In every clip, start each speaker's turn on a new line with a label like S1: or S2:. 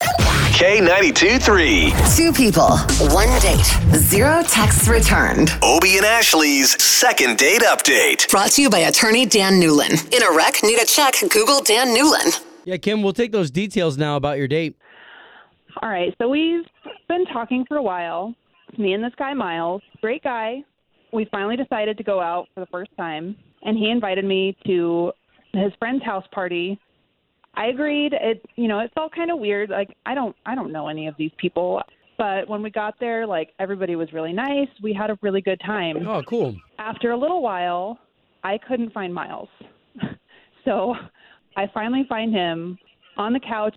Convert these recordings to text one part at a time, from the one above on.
S1: K92 3.
S2: Two people, one date, zero texts returned.
S1: Obie and Ashley's second date update.
S2: Brought to you by attorney Dan Newlin. In a wreck, need a check, Google Dan Newlin.
S3: Yeah, Kim, we'll take those details now about your date.
S4: All right, so we've been talking for a while. It's me and this guy, Miles, great guy. We finally decided to go out for the first time, and he invited me to his friend's house party. I agreed. It, you know, it felt kind of weird. Like I don't, I don't know any of these people. But when we got there, like everybody was really nice. We had a really good time.
S3: Oh, cool.
S4: After a little while, I couldn't find Miles. so I finally find him on the couch,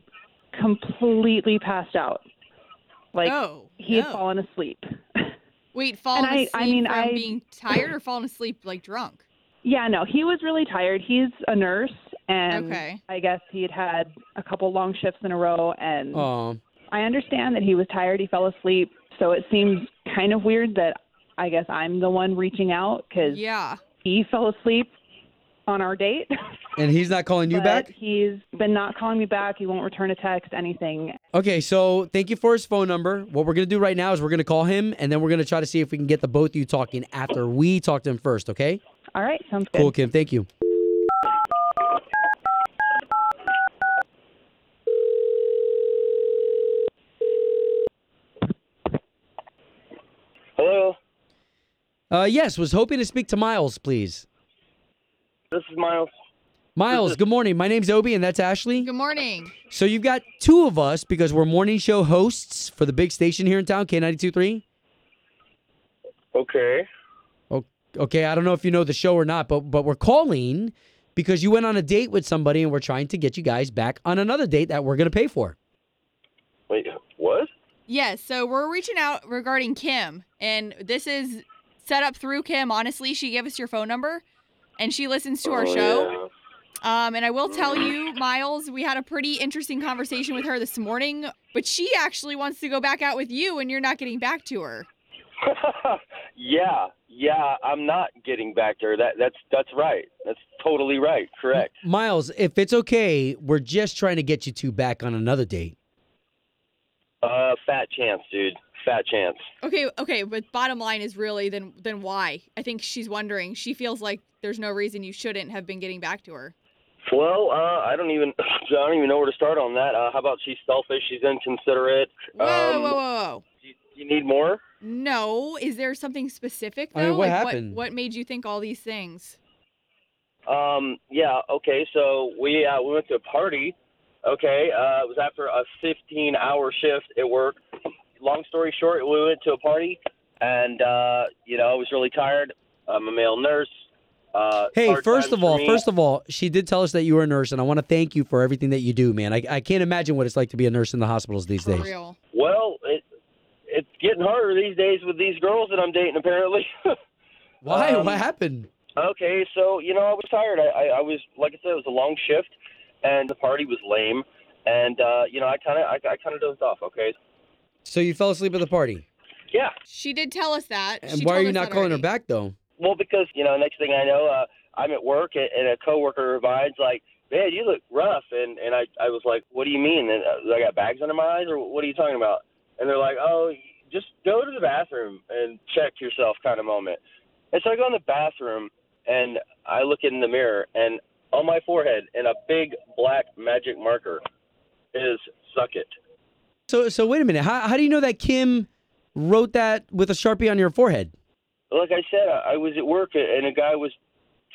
S4: completely passed out. Like
S5: Oh,
S4: he had
S5: no.
S4: fallen asleep.
S5: Wait, falling
S4: And I-
S5: asleep
S4: I mean,
S5: from
S4: I-
S5: being tired or falling asleep like drunk?
S4: yeah, no, he was really tired. He's a nurse, and
S5: Okay.
S4: I guess he had had a couple long shifts in a row. And
S3: Oh,
S4: I understand that he was tired. He fell asleep. So it seems kind of weird that I guess I'm the one reaching out because
S5: Yeah.
S4: he fell asleep on our date.
S3: and he's not calling you
S4: but
S3: back?
S4: He's been not calling me back. He won't return a text, anything.
S3: Okay, so thank you for his phone number. What we're going to do right now is we're going to call him and then we're going to try to see if we can get the both of you talking after we talk to him first, okay?
S4: All right, sounds good.
S3: Cool, Kim. Thank you.
S6: Hello,
S3: Uh, yes, was hoping to speak to Miles, please.
S6: this is Miles.
S3: Miles, good morning. My name's Obi and that's Ashley.
S5: Good morning.
S3: So you've got two of us because we're morning show hosts for the big station here in town, K92.3.
S6: Okay.
S3: O- Okay, I don't know if you know the show or not, but but we're calling because you went on a date with somebody and we're trying to get you guys back on another date that we're going to pay for.
S6: Wait, what?
S5: Yes, so we're reaching out regarding Kim, and this is set up through Kim. Honestly, she gave us your phone number, and she listens to our
S6: Oh,
S5: show. Um, and I will tell you, Miles, we had a pretty interesting conversation with her this morning, but she actually wants to go back out with you, and you're not getting back to her.
S6: yeah. yeah, yeah. I'm not getting back there. That that's that's right. That's totally right. Correct.
S3: Miles, if it's okay, we're just trying to get you two back on another date.
S6: Uh, fat chance, dude. Fat chance.
S5: Okay, okay, but bottom line is really then then why? I think she's wondering. She feels like there's no reason you shouldn't have been getting back to her.
S6: Well, uh, I don't even I don't even know where to start on that. Uh, how about she's selfish? She's inconsiderate.
S5: Whoa,
S6: um,
S5: whoa, whoa, whoa.
S6: You, you need more?
S5: No, is there something specific though?
S3: I mean, what
S5: Like,
S3: happened?
S5: What, made you think all these things?
S6: Um, yeah, okay, so we uh, we went to a party. Okay, uh, it was after a 15 hour shift at work. Long story short, we went to a party, and uh, you know I was really tired. I'm a male nurse. Uh,
S3: Hey,
S6: hard
S3: first
S6: times
S3: of
S6: for
S3: all,
S6: me.
S3: first of all, she did tell us that you were a nurse, and I want to thank you for everything that you do, man. I, I can't imagine what it's like to be a nurse in the hospitals these
S5: For
S3: days.
S5: real.
S6: well, it, it's getting harder these days with these girls that I'm dating. Apparently.
S3: Why?
S6: Um,
S3: what happened?
S6: Okay, so you know I was tired. I, I, I was like I said, it was a long shift, and the party was lame, and uh, you know I kind of I, I kind of dozed off. Okay,
S3: So you fell asleep at the party,
S6: yeah.
S5: She did tell us that.
S3: and
S5: She
S3: why are
S5: told
S3: you
S5: us
S3: not
S5: that
S3: calling her
S5: already.
S3: back though?
S6: Well, because you know, next thing I know, uh, I'm at work and, and a coworker of mine's like, "Man, you look rough," and and I I was like, "What do you mean? And uh, I got bags under my eyes, or what are you talking about?" And they're like, "Oh, just go to the bathroom and check yourself," kind of moment. And so I go in the bathroom and I look in the mirror, and on my forehead, in a big black magic marker, is "suck it."
S3: So so wait a minute. How how do you know that Kim wrote that with a sharpie on your forehead?
S6: like I said, I I was at work and a guy was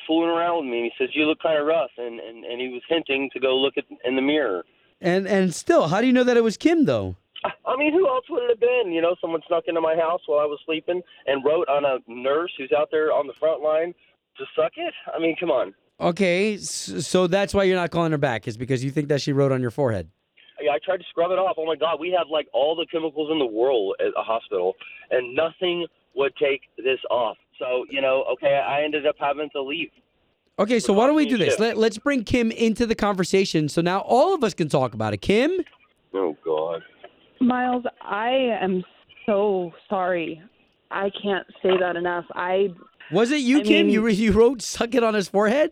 S6: fooling around with me. He says, "You look kind of rough," and, and and he was hinting to go look at, in the mirror.
S3: And and still, how do you know that it was Kim though?
S6: I- I mean, who else would it have been? You know, someone snuck into my house while I was sleeping and wrote on a nurse who's out there on the front line to suck it. I mean, come on.
S3: Okay, s- so that's why you're not calling her back is because you think that she wrote on your forehead.
S6: I tried to scrub it off. Oh my God, we have like all the chemicals in the world at a hospital, and nothing would take this off. So you know, okay, I ended up having to leave.
S3: Okay, so why don't we do this?
S6: Shit.
S3: Let, let's bring Kim into the conversation so now all of us can talk about it. Kim?
S6: Oh God.
S4: Miles, I am so sorry. I can't say that enough. I
S3: Was it you,
S4: I
S3: Kim?
S4: mean-
S3: You, you wrote suck it on his forehead?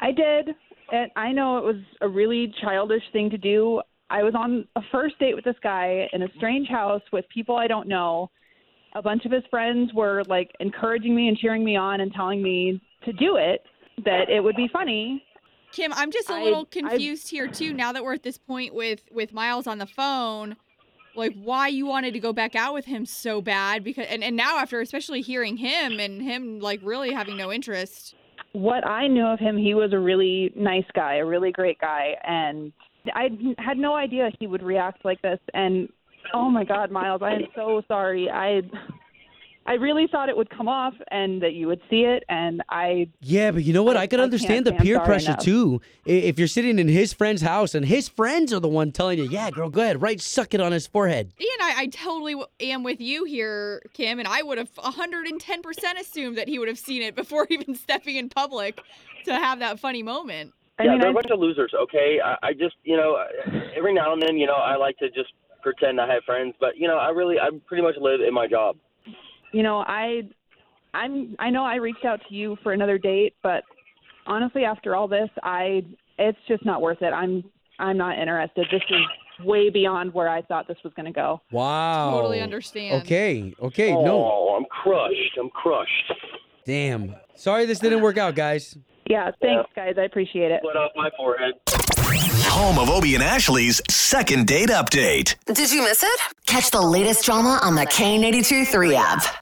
S4: I did, and I know it was a really childish thing to do. I was on a first date with this guy in a strange house with people I don't know. A bunch of his friends were like encouraging me and cheering me on and telling me to do it, that it would be funny.
S5: Kim, I'm just a
S4: I-
S5: little
S4: I-
S5: confused here too. Now that we're at this point with with Miles on the phone, like why you wanted to go back out with him so bad? Because and, and now after especially hearing him and him like really having no interest.
S4: what I knew of him, he was a really nice guy, a really great guy, and I had no idea he would react like this. And oh my God, Miles, I am so sorry. I I really thought it would come off and that you would see it, and I
S3: Yeah, but you know what? I,
S4: I-
S3: could
S4: I
S3: understand
S4: can't
S3: the
S4: say I'm
S3: peer
S4: sorry
S3: pressure
S4: enough.
S3: too. I- If you're sitting in his friend's house and his friends are the one telling you, yeah, girl, go ahead, right, suck it on his forehead.
S5: Ian, I, I totally w- am with you here, Kim, and I would have 110% assumed that he would have seen it before even stepping in public to have that funny moment.
S4: I
S6: yeah,
S4: mean
S6: they're
S4: I
S6: a bunch of losers. Okay, I, I just you know I- every now and then you know I like to just pretend I have friends, but you know I really I pretty much live in my job.
S4: you know I I'm I know I reached out to you for another date, but honestly, after all this, I it's just not worth it. I'm I'm not interested. This is way beyond where I thought this was going to go.
S3: Wow.
S5: Totally understand.
S3: Oh, Okay, okay, no.
S6: Oh, I'm crushed. I'm crushed.
S3: Damn. Sorry this didn't work out, guys.
S4: Yeah, thanks guys. I appreciate it.
S6: Split off my forehead.
S1: Home of Obie and Ashley's second date update.
S2: Did you miss it? Catch the latest drama on the K82 3 app.